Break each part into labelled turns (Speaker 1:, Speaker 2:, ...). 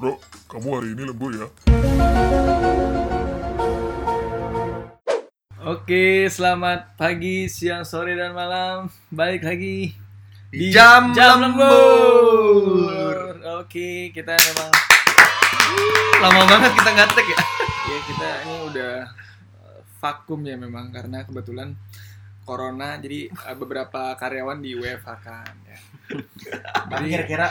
Speaker 1: Bro, kamu hari ini lembur ya.
Speaker 2: Oke, selamat pagi, siang, sore, dan malam. Balik lagi
Speaker 3: Di Jam Lembur.
Speaker 2: Oke, kita memang
Speaker 3: Lama banget kita ngatek ya.
Speaker 2: ya kita ini udah eh, vakum ya memang karena kebetulan corona jadi eh, beberapa karyawan di WFH kan ya.
Speaker 4: Tapi
Speaker 2: Jadi-
Speaker 4: kira-kira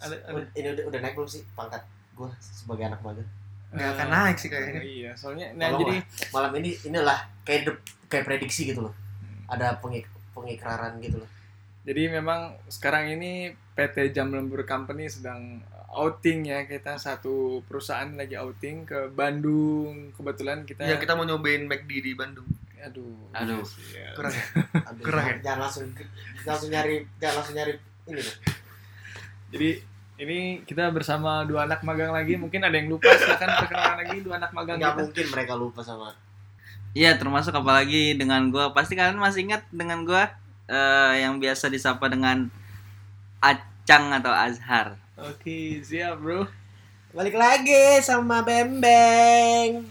Speaker 2: Ada, ada.
Speaker 4: ini udah, udah naik belum sih pangkat gue sebagai anak magang?
Speaker 3: Nggak akan naik sih kayaknya.
Speaker 2: Eh, Iya, soalnya nah
Speaker 4: Tolong
Speaker 2: jadi
Speaker 4: Malam ini inilah kayak de- kayak prediksi gitu loh.
Speaker 2: Hmm.
Speaker 4: Ada pengik pengikraran gitu loh.
Speaker 2: Jadi memang sekarang ini PT Jam Lembur Company sedang outing ya kita satu perusahaan lagi outing ke Bandung kebetulan Iya, kita
Speaker 3: Ya kita mau nyobain McD di Bandung.
Speaker 2: aduh iya
Speaker 5: Aduh.
Speaker 2: kasihan.
Speaker 3: Kurang ya?
Speaker 4: Aduh,
Speaker 3: Keren.
Speaker 4: jangan- Jangan langsung jangan langsung nyari jangan langsung nyari ini loh.
Speaker 2: jadi ini kita bersama dua anak magang lagi mungkin ada yang lupa silakan perkenalan lagi dua anak magang
Speaker 4: Nggak
Speaker 2: kita
Speaker 4: mungkin mereka lupa sama
Speaker 5: Iya termasuk apalagi dengan gua pasti kalian masih ingat dengan gua eh, yang biasa disapa dengan Acang atau Azhar.
Speaker 2: oke siap bro
Speaker 4: balik lagi sama Bembeng.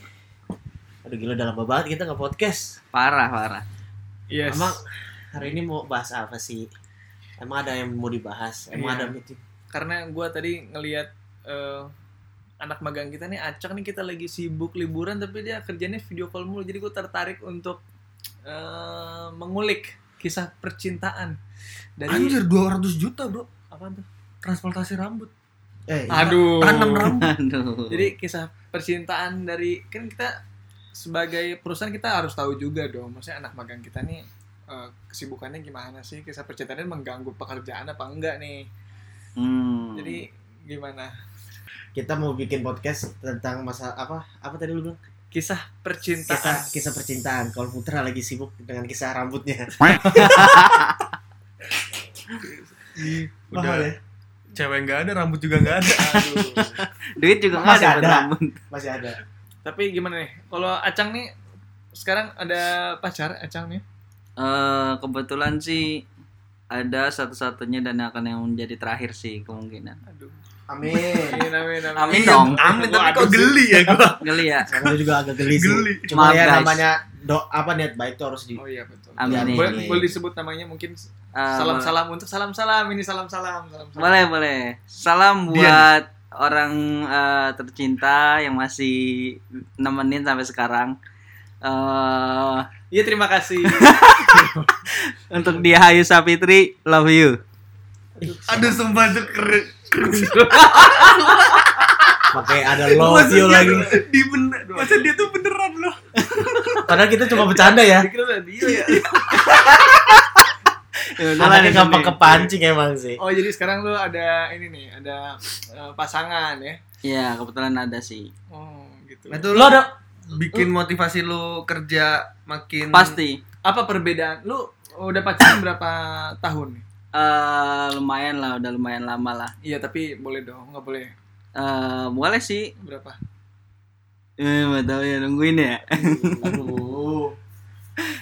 Speaker 4: Aduh gila udah lama banget kita nggak podcast.
Speaker 5: Parah parah.
Speaker 2: yes
Speaker 4: Emang hari ini mau bahas apa sih? Emang ada yang mau dibahas? Emang
Speaker 2: Iya.
Speaker 4: ada meeting?
Speaker 2: karena gue tadi ngelihat eh, anak magang kita nih acak nih kita lagi sibuk liburan tapi dia kerjanya video call mulu jadi gue tertarik untuk eh, mengulik kisah percintaan dari
Speaker 3: Anjir 200 juta bro
Speaker 2: apaan tuh
Speaker 3: transportasi rambut.
Speaker 4: Eh,
Speaker 2: iya. aduh
Speaker 3: Iya. Oh. Tanam rambut.
Speaker 5: Aduh.
Speaker 2: jadi kisah percintaan dari kan kita sebagai perusahaan kita harus tahu juga dong maksudnya anak magang kita nih eh, kesibukannya gimana sih kisah percintaannya mengganggu pekerjaan apa enggak nih
Speaker 5: Hmm.
Speaker 2: jadi gimana
Speaker 4: kita mau bikin podcast tentang masa apa apa tadi lu bilang
Speaker 2: kisah
Speaker 4: kisah
Speaker 2: percintaan
Speaker 4: kisah percintaan kalau Putra lagi sibuk dengan kisah rambutnya
Speaker 3: Mahal
Speaker 4: ya
Speaker 3: Cewek nggak ada, rambut juga nggak ada.
Speaker 2: Aduh.
Speaker 5: duit juga nggak
Speaker 4: Masih
Speaker 5: ada
Speaker 4: ada.
Speaker 5: berambut.
Speaker 4: masih ada
Speaker 2: Tapi gimana nih? Kalau Acang nih sekarang ada pacar Acang nih?
Speaker 5: Eh, kebetulan sih ada satu-satunya dan akan yang menjadi terakhir sih kemungkinan.
Speaker 2: Aduh.
Speaker 4: amin
Speaker 2: Amin amin amin.
Speaker 5: Amin dong.
Speaker 3: Amin, tapi kok
Speaker 2: Aduh,
Speaker 3: geli ya gua.
Speaker 5: Geli ya.
Speaker 4: karena juga agak geli sih
Speaker 3: Geli.
Speaker 4: cuma
Speaker 5: Maaf,
Speaker 4: ya
Speaker 5: guys.
Speaker 4: namanya do apa niat baik tuh harus di
Speaker 2: Oh iya betul.
Speaker 5: Amin.
Speaker 4: Amin. Ah,
Speaker 2: Boleh, boleh disebut namanya mungkin
Speaker 5: Eh,
Speaker 2: salam salam untuk salam salam ini salam salam salam salam.
Speaker 5: Boleh boleh.
Speaker 3: Dian.
Speaker 5: Salam buat orang eh, tercinta yang masih nemenin sampai sekarang. eh
Speaker 2: Iya terima kasih.
Speaker 5: untuk dia Hayu Sapitri, love you.
Speaker 3: Aduh sumpah itu keren.
Speaker 4: pakai ada love you
Speaker 3: Maksudnya
Speaker 4: lagi
Speaker 3: Di bener, masa dia tuh beneran loh.
Speaker 4: padahal kita cuma bercanda ya
Speaker 2: Dikira udah dia ya.
Speaker 4: anaknya gampang kepancing emang sih
Speaker 2: Oh jadi sekarang lu ada ini nih ada eh, pasangan ya?
Speaker 5: Iya, kebetulan ada sih.
Speaker 2: Oh gitu.
Speaker 3: Nah, itu
Speaker 4: lo ada
Speaker 3: bikin motivasi lu kerja
Speaker 5: Hmm.
Speaker 3: makin
Speaker 5: Pasti.
Speaker 2: Apa perbedaan? Lu udah pacaran berapa tahun? nih?
Speaker 5: eh lumayan lah, udah lumayan lama lah.
Speaker 2: Iya tapi boleh dong nggak boleh
Speaker 5: eh boleh sih.
Speaker 2: berapa?
Speaker 5: Eh, nggak tahu ya nungguin ya.
Speaker 4: aduh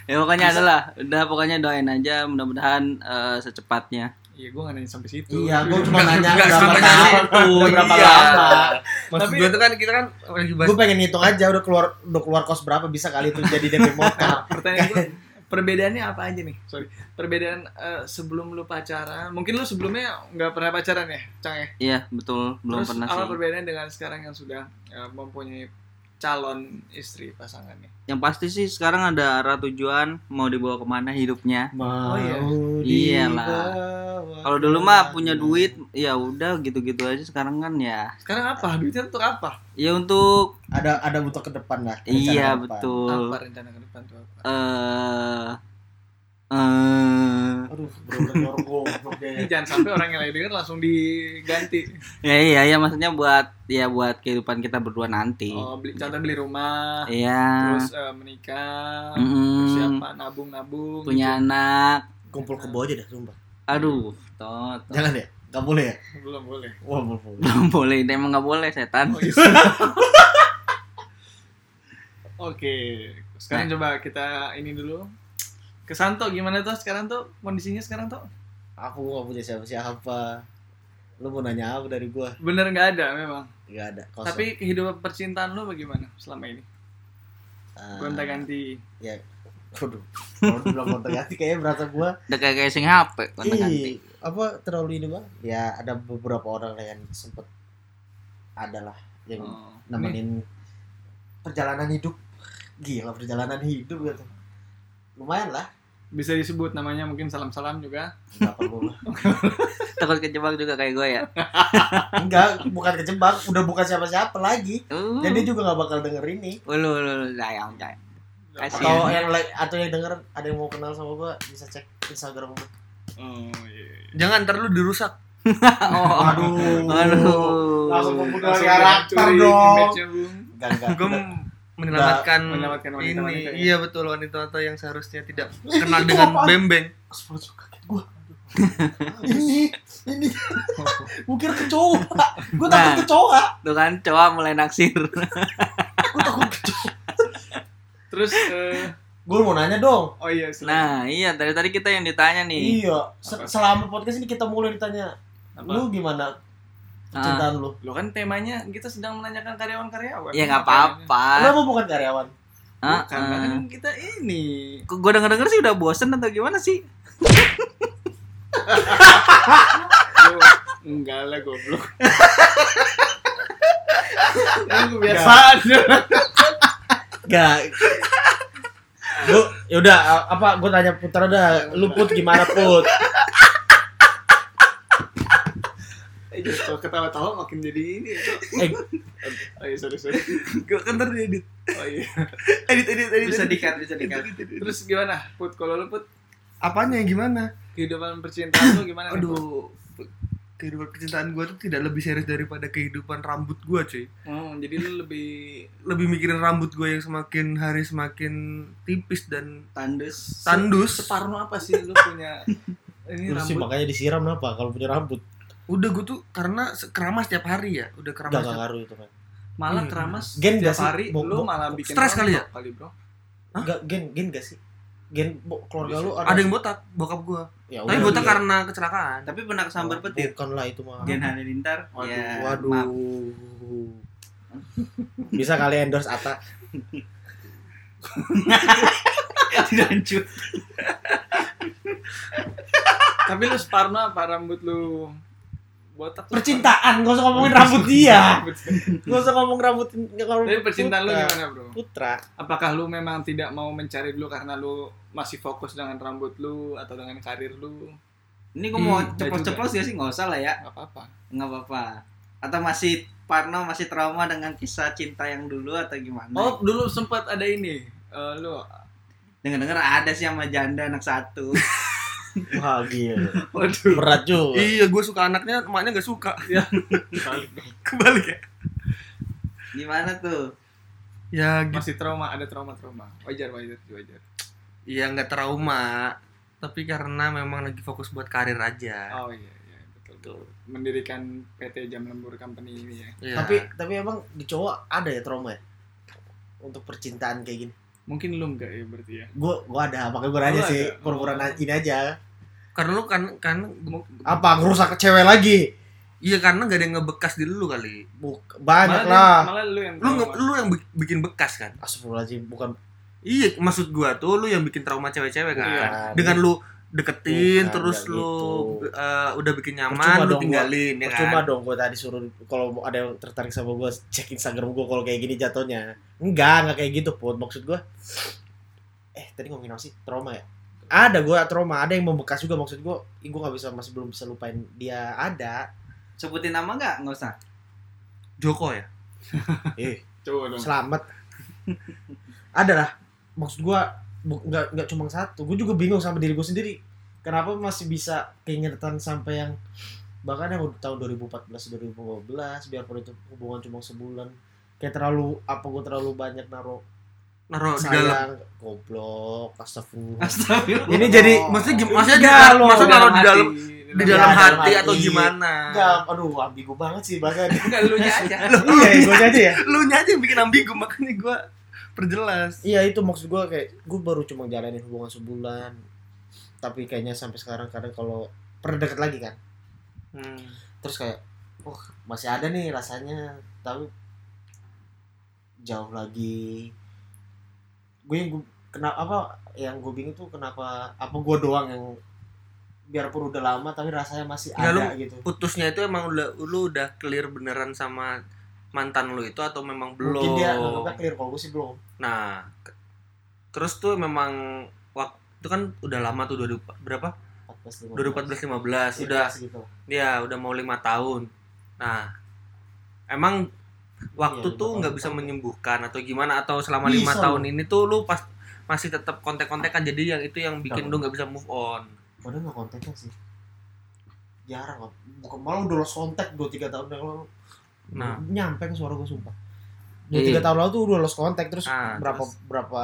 Speaker 5: ya pokoknya adalah, udah pokoknya doain aja mudah-mudahan eh, secepatnya.
Speaker 2: Iya gue nggak nanya sampai situ.
Speaker 4: iya gua cuma nanya
Speaker 3: Nggak,
Speaker 4: berapa
Speaker 3: sebenarnya
Speaker 4: tahun tuh berapa lama
Speaker 3: Maksud
Speaker 2: Tapi-
Speaker 3: gua tuh kan kita kan lagi bahas
Speaker 4: gue pengen ngitung aja udah keluar udah keluar kos berapa bisa kali itu jadi DP motor
Speaker 2: pertanyaan gue perbedaannya apa aja nih sorry perbedaan eh, sebelum lu pacaran mungkin lu sebelumnya nggak pernah pacaran ya cang ya
Speaker 5: Iya, betul, belum
Speaker 2: terus
Speaker 5: pernah
Speaker 2: apa
Speaker 5: sih.
Speaker 2: perbedaan dengan sekarang yang sudah eh, mempunyai calon istri pasangannya
Speaker 5: Yang pasti sih sekarang ada arah tujuan mau dibawa kemana hidupnya.
Speaker 4: Mau
Speaker 2: iya.
Speaker 5: Oh, Iyalah.
Speaker 2: Oh,
Speaker 4: dibawa
Speaker 5: Kalau dulu mah punya
Speaker 2: iya.
Speaker 4: kemana?
Speaker 5: duit, ya udah gitu-gitu aja sekarang kan ya.
Speaker 2: sekarang apa duitnya untuk apa
Speaker 5: Ya untuk
Speaker 4: ada ada butuh ke depan lah. rencana
Speaker 5: iya
Speaker 4: ke depan.
Speaker 5: betul.
Speaker 2: apa rencana ke depan tuh apa
Speaker 5: eh eh
Speaker 4: Aduh, bener-bener goblok
Speaker 2: ini
Speaker 4: deh.
Speaker 2: jangan sampai orang yang lagi denger langsung diganti
Speaker 5: ya iya ya maksudnya buat ya buat kehidupan kita berdua nanti
Speaker 2: oh beli contoh beli rumah
Speaker 5: iya
Speaker 2: terus eh, menikah
Speaker 5: Mm-mm.
Speaker 2: terus siapa nabung nabung
Speaker 5: punya anak
Speaker 4: Kumpul kebo aja dah, sumpah.
Speaker 5: aduh tot tot.
Speaker 4: Jangan ya? Gak boleh ya?
Speaker 2: gitu. belum boleh
Speaker 4: Wah, boleh. boleh.
Speaker 5: belum boleh emang nggak boleh setan
Speaker 2: Oh, iya. Oke,
Speaker 5: Nah.
Speaker 2: sekarang coba kita ini dulu. Kesanto gimana tuh sekarang tuh kondisinya sekarang tuh?
Speaker 4: Aku gak punya siapa-siapa. Lu mau nanya apa dari gua?
Speaker 2: Bener nggak ada memang.
Speaker 4: Gak ada. Kosong.
Speaker 2: Tapi kehidupan percintaan lu bagaimana selama ini?
Speaker 4: Ah,
Speaker 2: Gonta-ganti.
Speaker 4: Ya. Waduh. Kalau dibilang gonta ganti kayaknya berasa gua
Speaker 5: Udah kayak kayak sing HP kan
Speaker 2: Iya.
Speaker 5: ganti.
Speaker 4: Ih, apa terlalu ini bang? Ya ada beberapa orang yang sempet adalah yang
Speaker 2: Oh. Ini
Speaker 4: nemenin perjalanan hidup gila perjalanan hidup gitu lumayan lah
Speaker 2: bisa disebut namanya mungkin salam-salam juga.
Speaker 4: nggak perlu lah.
Speaker 5: Takut kejebak juga kayak gue ya.
Speaker 4: enggak bukan kejebak udah bukan siapa-siapa lagi
Speaker 5: Uh.
Speaker 4: jadi dia juga nggak bakal denger ini
Speaker 5: ulu ulu ulu, sayang sayang. Nah, ya, Kasih. ya.
Speaker 4: atau yang la- atau yang denger ada yang mau kenal sama gua bisa cek instagram gua
Speaker 2: Oh iya.
Speaker 3: Jangan ntar lu dirusak.
Speaker 5: Oh, aduh.
Speaker 4: langsung
Speaker 5: Aduh.
Speaker 4: membunuh karakter dong enggak enggak
Speaker 3: Gue
Speaker 4: enggak.
Speaker 3: menyelamatkan,
Speaker 2: Menyelamatkan wanita-wanita
Speaker 3: ini.
Speaker 2: ya.
Speaker 3: Iya betul wanita-wanita yang seharusnya tidak kenal dengan bembeng.
Speaker 4: Astagfirullah, suka kaget gua ini ini gua kira kecoa gua takut
Speaker 5: Nah.
Speaker 4: kecoa
Speaker 5: Tuh kan cowok mulai naksir.
Speaker 4: gua takut kecoa
Speaker 2: Terus eh,
Speaker 4: gua mau nanya dong
Speaker 2: oh iya silakan.
Speaker 5: Nah, iya dari tadi kita yang ditanya nih.
Speaker 4: iya se- selama podcast ini kita mulai ditanya
Speaker 2: Apa?
Speaker 4: lu gimana
Speaker 5: Ah,
Speaker 4: percintaan lu
Speaker 2: Lo kan temanya kita sedang menanyakan karyawan-karyawan.
Speaker 3: Iya
Speaker 5: ya nggak apa-apa.
Speaker 4: Kenapa bukan karyawan?
Speaker 5: Ah,
Speaker 2: Karena
Speaker 5: ah.
Speaker 2: kan kita ini
Speaker 5: Kok gue denger denger sih udah bosen atau gimana sih?
Speaker 2: Lu- enggak lah goblok. Ini kebiasaan.
Speaker 4: Gak. Lu yaudah a- apa gue tanya putra dah lu put gimana put
Speaker 2: Eh, jadi Kalau ketawa-tawa makin jadi ini. ya, Cok.
Speaker 4: eh,
Speaker 2: Oh iya, sorry, sorry.
Speaker 5: Gue kan ntar edit.
Speaker 2: Oh iya.
Speaker 5: Edit edit edit.
Speaker 3: Bisa dikat, bisa dikat.
Speaker 2: Terus gimana? Put, kalau lu Put,
Speaker 3: Apanya gimana?
Speaker 2: kehidupan percintaan lu gimana? nih, Put?
Speaker 3: Aduh, kehidupan percintaan gue tuh tidak lebih serius daripada kehidupan rambut gue cuy.
Speaker 2: Hmm, jadi lu lebih
Speaker 3: Lebih mikirin rambut gue yang semakin hari semakin tipis dan
Speaker 2: tandus.
Speaker 3: tandus.
Speaker 2: Separno apa sih lu punya? Ini
Speaker 4: lu sih
Speaker 2: rambut.
Speaker 4: makanya disiram apa kalau punya rambut
Speaker 3: Udah gue tuh karena se- keramas tiap hari ya, udah keramas.
Speaker 4: gak gak
Speaker 3: tiap-
Speaker 4: ngaruh itu kan
Speaker 2: Malah keramas.
Speaker 4: Gen
Speaker 2: tiap
Speaker 4: gak sih?
Speaker 2: hari
Speaker 4: Bo-
Speaker 2: lu
Speaker 4: bo-
Speaker 2: malah bikin
Speaker 3: stres kali ya?
Speaker 2: rontok Kali, bro.
Speaker 3: Hah?
Speaker 4: gak gen gen gak sih gen bo, keluarga lu ada,
Speaker 3: Ada yang botak, bokap gue.
Speaker 4: ya,
Speaker 3: Tapi
Speaker 4: udah,
Speaker 3: botak
Speaker 4: iya.
Speaker 3: karena kecelakaan.
Speaker 5: Tapi pernah kesambar petir.
Speaker 4: bukan lah itu mah
Speaker 5: Gen Halilintar.
Speaker 4: Waduh,
Speaker 5: Ya,
Speaker 4: waduh.
Speaker 5: maaf.
Speaker 4: Bisa kali endorse Ata.
Speaker 5: Dilanjut.
Speaker 2: Tapi lu separno apa rambut lu? Botak. lu
Speaker 4: Percintaan, gak usah ngomongin rambut dia.
Speaker 2: separno.
Speaker 4: Gak usah ngomong rambut rambut
Speaker 2: Tapi percintaan lu
Speaker 4: putra.
Speaker 2: gimana, bro?
Speaker 4: Putra.
Speaker 2: Apakah lu memang tidak mau mencari dulu karena lu masih fokus dengan rambut lu atau dengan karir lu?
Speaker 5: Ini gue mau
Speaker 2: Hmm, nggak
Speaker 5: ceplos-ceplos gak sih? Gak usah lah ya.
Speaker 2: Gak apa-apa.
Speaker 5: Nggak apa-apa. Atau masih Parno masih trauma dengan kisah cinta yang dulu atau gimana?
Speaker 2: Oh, dulu sempat ada ini. Eh, lu
Speaker 5: Dengar-dengar ada sih sama janda anak satu.
Speaker 4: Wah, gila.
Speaker 2: waduh
Speaker 4: Berat juga.
Speaker 3: Iya, gue suka anaknya, emaknya gak suka. Ya, kebalik ya.
Speaker 5: gimana tuh?
Speaker 3: Ya, gitu.
Speaker 2: masih trauma ada trauma trauma wajar wajar wajar
Speaker 3: Iya, nggak trauma. Tapi karena memang lagi fokus buat karir aja.
Speaker 2: oh iya iya betul betul mendirikan PT Jam Lembur Company ini ya
Speaker 3: Iya.
Speaker 4: Tapi tapi emang di cowok ada ya trauma ya? Untuk percintaan kayak gini.
Speaker 2: mungkin lu enggak ya berarti ya
Speaker 4: Gua gua ada, makanya gua nanya
Speaker 2: Lu
Speaker 4: sih,
Speaker 2: ada?
Speaker 4: pura-pura na- ini aja.
Speaker 3: karena lu kan kan
Speaker 4: Apa ngerusak cewek lagi?
Speaker 3: iya karena gak ada yang ngebekas di lu kali.
Speaker 4: Buk-
Speaker 2: malah,
Speaker 4: banyak lah.
Speaker 2: malah lu yang
Speaker 4: Iya.
Speaker 3: Lu nge-
Speaker 2: trauma.
Speaker 3: lu yang bi- bikin bekas kan.
Speaker 4: Astagfirullahaladzim, bukan
Speaker 3: Iya, maksud gua tuh lu yang bikin trauma cewek-cewek kan.
Speaker 2: Iya.
Speaker 3: Dengan lu deketin
Speaker 4: Bukan,
Speaker 3: terus
Speaker 4: nggak
Speaker 3: lu
Speaker 4: gitu.
Speaker 3: eh, udah bikin nyaman
Speaker 4: Percuma
Speaker 3: lu
Speaker 4: dong,
Speaker 3: tinggalin ya kan.
Speaker 4: Percuma dong gue tadi suruh kalau mau ada yang tertarik sama gue cek Instagram gue kalau kayak gini jatuhnya. Enggak, enggak kayak gitu pun maksud gue. Eh tadi ngomongin apa sih trauma ya? Ada gue trauma, ada yang membekas juga maksud gue. Ih gue nggak bisa masih belum bisa lupain dia ada.
Speaker 5: Sebutin nama nggak? Nggak usah.
Speaker 3: Joko ya.
Speaker 4: Eh
Speaker 2: coba dong
Speaker 4: selamat. ada lah maksud gue bu- nggak nggak cuma satu. Gue juga bingung sama diri gue sendiri. Kenapa masih bisa keingetan sampai yang bahkan yang tahun 2014 2015 biarpun itu hubungan cuma sebulan kayak terlalu apa gue terlalu banyak naruh
Speaker 3: Naro di dalam.
Speaker 4: sayang goblok Oh, astagfirullah
Speaker 5: Astagfirullah.
Speaker 4: ini jadi
Speaker 3: Maksudnya
Speaker 2: Oh,
Speaker 3: gim- maksudnya
Speaker 4: Enggak,
Speaker 3: di-
Speaker 4: lo.
Speaker 3: maksudnya naro di dalam di
Speaker 4: Iya,
Speaker 3: dalam
Speaker 4: dalam
Speaker 3: hati atau
Speaker 4: hati.
Speaker 3: gimana?
Speaker 4: enggak aduh ambigu banget sih bahkan
Speaker 5: Enggak, lu nya aja.
Speaker 4: iya gue aja ya
Speaker 3: Lu nya aja yang bikin ambigu makanya gua perjelas.
Speaker 4: iya itu maksud gue kayak gue baru cuma jalanin hubungan sebulan tapi kayaknya sampai sekarang kadang kalau perdekat lagi kan terus kayak oh masih ada nih rasanya tapi jauh lagi gue yang gue kenapa apa yang gue bingung tuh kenapa apa gue doang yang biarpun udah lama tapi rasanya masih
Speaker 3: Nggak,
Speaker 4: ada gitu
Speaker 3: putusnya itu emang udah lu udah clear beneran sama mantan lu itu atau memang belum
Speaker 4: mungkin dia nganggapnya clear kalau gue sih belum
Speaker 3: nah ke- terus tuh memang waktu itu kan udah lama tuh 2000 berapa
Speaker 4: 14
Speaker 3: 2014 15
Speaker 4: Iya,
Speaker 3: udah
Speaker 4: gitu
Speaker 3: ya udah mau lima tahun nah emang waktu
Speaker 4: Iya, lima
Speaker 3: tuh
Speaker 4: tahun
Speaker 3: nggak bisa
Speaker 4: pertama.
Speaker 3: menyembuhkan atau gimana atau selama lima
Speaker 4: Bisa
Speaker 3: tahun ini tuh lu pas masih tetap kontak-kontakan jadi yang itu yang bikin lu nggak bisa move on
Speaker 4: padahal nggak kontaknya sih jarang kok bukan malah udah lost kontak 2 3 tahun yang lalu
Speaker 3: nah
Speaker 4: nyampe ke suara gue sumpah dua
Speaker 5: Iya.
Speaker 4: tiga tahun lalu tuh udah lost kontak terus
Speaker 3: Ah,
Speaker 4: berapa
Speaker 3: terus.
Speaker 4: berapa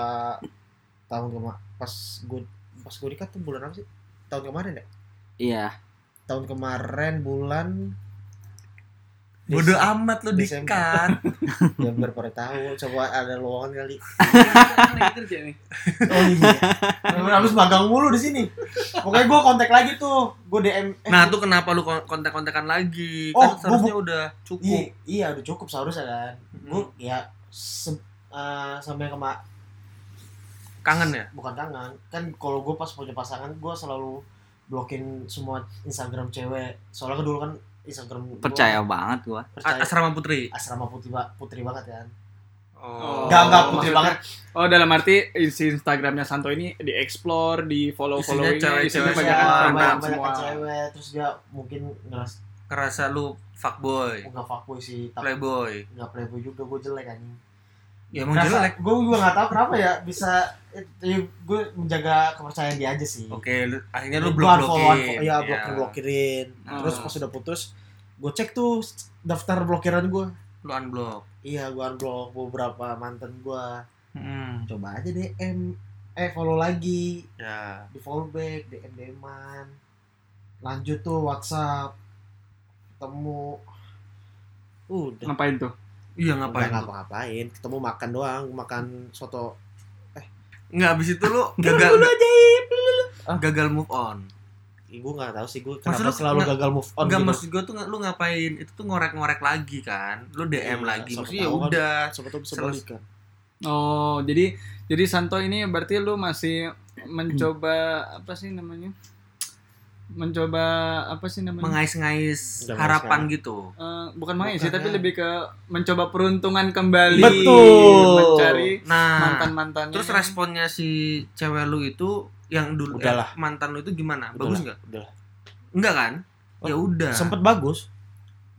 Speaker 4: tahun kemarin pas gue pas gue nikah tuh bulan apa sih tahun kemarin ya
Speaker 5: Iya.
Speaker 4: tahun kemarin bulan
Speaker 3: bodoh
Speaker 4: Desember.
Speaker 3: amat lu
Speaker 4: Desember.
Speaker 3: dikat
Speaker 4: ya berapa tahun coba ada lowongan kali
Speaker 2: Kan lagi kerja nih.
Speaker 4: oh iya Emang harus magang mulu di sini pokoknya gue kontak lagi tuh gue dm eh,
Speaker 3: nah tuh kenapa lu kon- kontak-kontakan lagi
Speaker 4: Oh,
Speaker 3: kan seharusnya udah cukup
Speaker 4: Iya, iya udah cukup seharusnya kan. Gua ya se- eh, sampai kema
Speaker 3: kangen ya
Speaker 4: bukan tangan kan kalau gue pas punya pasangan gue selalu blokin semua Instagram cewek soalnya kan dulu kan Instagram gua-
Speaker 5: Percaya banget gua.
Speaker 4: percaya
Speaker 3: A- asrama putri
Speaker 4: asrama putri ba- putri banget kan
Speaker 2: Oh.
Speaker 4: enggak enggak putri
Speaker 2: maksudnya-
Speaker 4: banget
Speaker 2: Oh dalam arti isi Instagramnya Santo ini di explore, di follow follow
Speaker 3: Isinya cewek-cewek
Speaker 2: ini, isinya
Speaker 3: semua,
Speaker 2: banyak perempuan
Speaker 4: ya, banyak,
Speaker 2: semua.
Speaker 4: cewek terus dia mungkin ngeras
Speaker 3: ngerasa lu fuckboy
Speaker 4: enggak fuckboy sih tapi
Speaker 3: playboy
Speaker 4: enggak playboy juga gue jelek anjing
Speaker 3: ya emang jelek
Speaker 4: gue juga nggak tahu kenapa ya bisa gue menjaga kepercayaan dia aja sih
Speaker 3: oke lu- akhirnya Eh, lu
Speaker 4: Gua unfollowan,
Speaker 3: blok-blokin
Speaker 4: Iya,
Speaker 3: Iya. Ah.
Speaker 4: blokir blokirin.
Speaker 5: Nah.
Speaker 4: Terus pas udah putus, gue cek tuh daftar blokiran gue.
Speaker 3: lu unblock
Speaker 4: Iya, gue unblock beberapa mantan gue.
Speaker 3: Hmm,
Speaker 4: Coba aja DM, eh follow lagi,
Speaker 3: ya.
Speaker 4: di follow back, DM DMan. Lanjut tuh WhatsApp, ketemu. Udah.
Speaker 2: Ngapain tuh?
Speaker 3: Iya
Speaker 4: Ngapain?
Speaker 3: ngapain? tuh?
Speaker 4: Ngapa-ngapain, ketemu makan doang, makan soto.
Speaker 3: Enggak habis itu lu gagal gagal move on.
Speaker 4: Ibu nggak tahu sih gue
Speaker 3: Maksud
Speaker 4: kenapa
Speaker 3: lu
Speaker 4: selalu
Speaker 3: nggak-
Speaker 4: gagal move on.
Speaker 3: Enggak
Speaker 4: gitu.
Speaker 3: maksud gua tuh nggak- lu ngapain? Itu tuh ngorek-ngorek lagi kan. Lu DM
Speaker 4: Iya,
Speaker 3: lagi.
Speaker 4: siapa
Speaker 3: Maksudnya ya
Speaker 4: tahu kan.
Speaker 3: udah.
Speaker 4: Siapa tahu bisa kan.
Speaker 3: Seles-
Speaker 4: balikan.
Speaker 2: Oh jadi jadi Santo ini berarti lu masih mencoba apa sih namanya? Mencoba apa sih namanya?
Speaker 3: Mengais-ngais
Speaker 4: Udah
Speaker 3: harapan gitu.
Speaker 2: Eh, bukan main sih
Speaker 4: Bukan,
Speaker 2: tapi
Speaker 4: ya.
Speaker 2: lebih ke mencoba peruntungan kembali
Speaker 4: Betul.
Speaker 2: mencari
Speaker 3: Nah,
Speaker 2: mantan-mantannya
Speaker 3: terus responnya si cewek lu itu yang dulu eh,
Speaker 4: Udahlah.
Speaker 3: mantan lu itu gimana? Bagus
Speaker 4: Udahlah,
Speaker 3: enggak?
Speaker 4: udahlah.
Speaker 3: Enggak kan? Ya udah.
Speaker 4: Sempet bagus.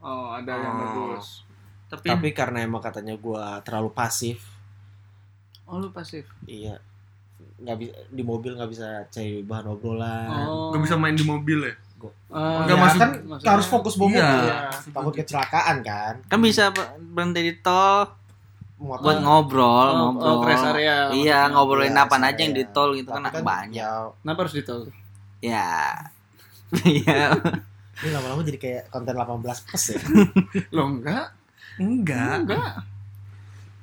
Speaker 2: oh ada yang
Speaker 3: Oh.
Speaker 2: bagus
Speaker 3: Tapi,
Speaker 4: tapi karena emang katanya gua terlalu pasif
Speaker 2: oh lu pasif
Speaker 4: iya nggak bisa di mobil nggak bisa cari bahan obrolan
Speaker 2: oh
Speaker 3: nggak bisa main di mobil ya.
Speaker 2: Eh,
Speaker 3: Nggak
Speaker 4: Ya,
Speaker 3: maksud-
Speaker 4: kan
Speaker 2: maksudnya-
Speaker 4: harus fokus bawa
Speaker 3: Iya.
Speaker 4: mobil.
Speaker 2: Iya.
Speaker 4: takut kecelakaan kan
Speaker 5: Kan bisa ber- berhenti di tol
Speaker 4: Motor-
Speaker 5: buat ngobrol,
Speaker 2: Oh,
Speaker 5: ngobrol.
Speaker 2: oh, rest area.
Speaker 5: Iya, ngobrolin
Speaker 4: Iya,
Speaker 5: apa
Speaker 4: rest
Speaker 5: aja yang di
Speaker 4: area.
Speaker 5: tol gitu kan
Speaker 4: Tapi
Speaker 5: banyak.
Speaker 4: ya,
Speaker 2: Kenapa harus ditol?
Speaker 5: Ya. Iya.
Speaker 4: Ya, ini lama-lama jadi kayak konten 18 plus ya
Speaker 2: Lo enggak?
Speaker 3: Enggak.
Speaker 2: Enggak.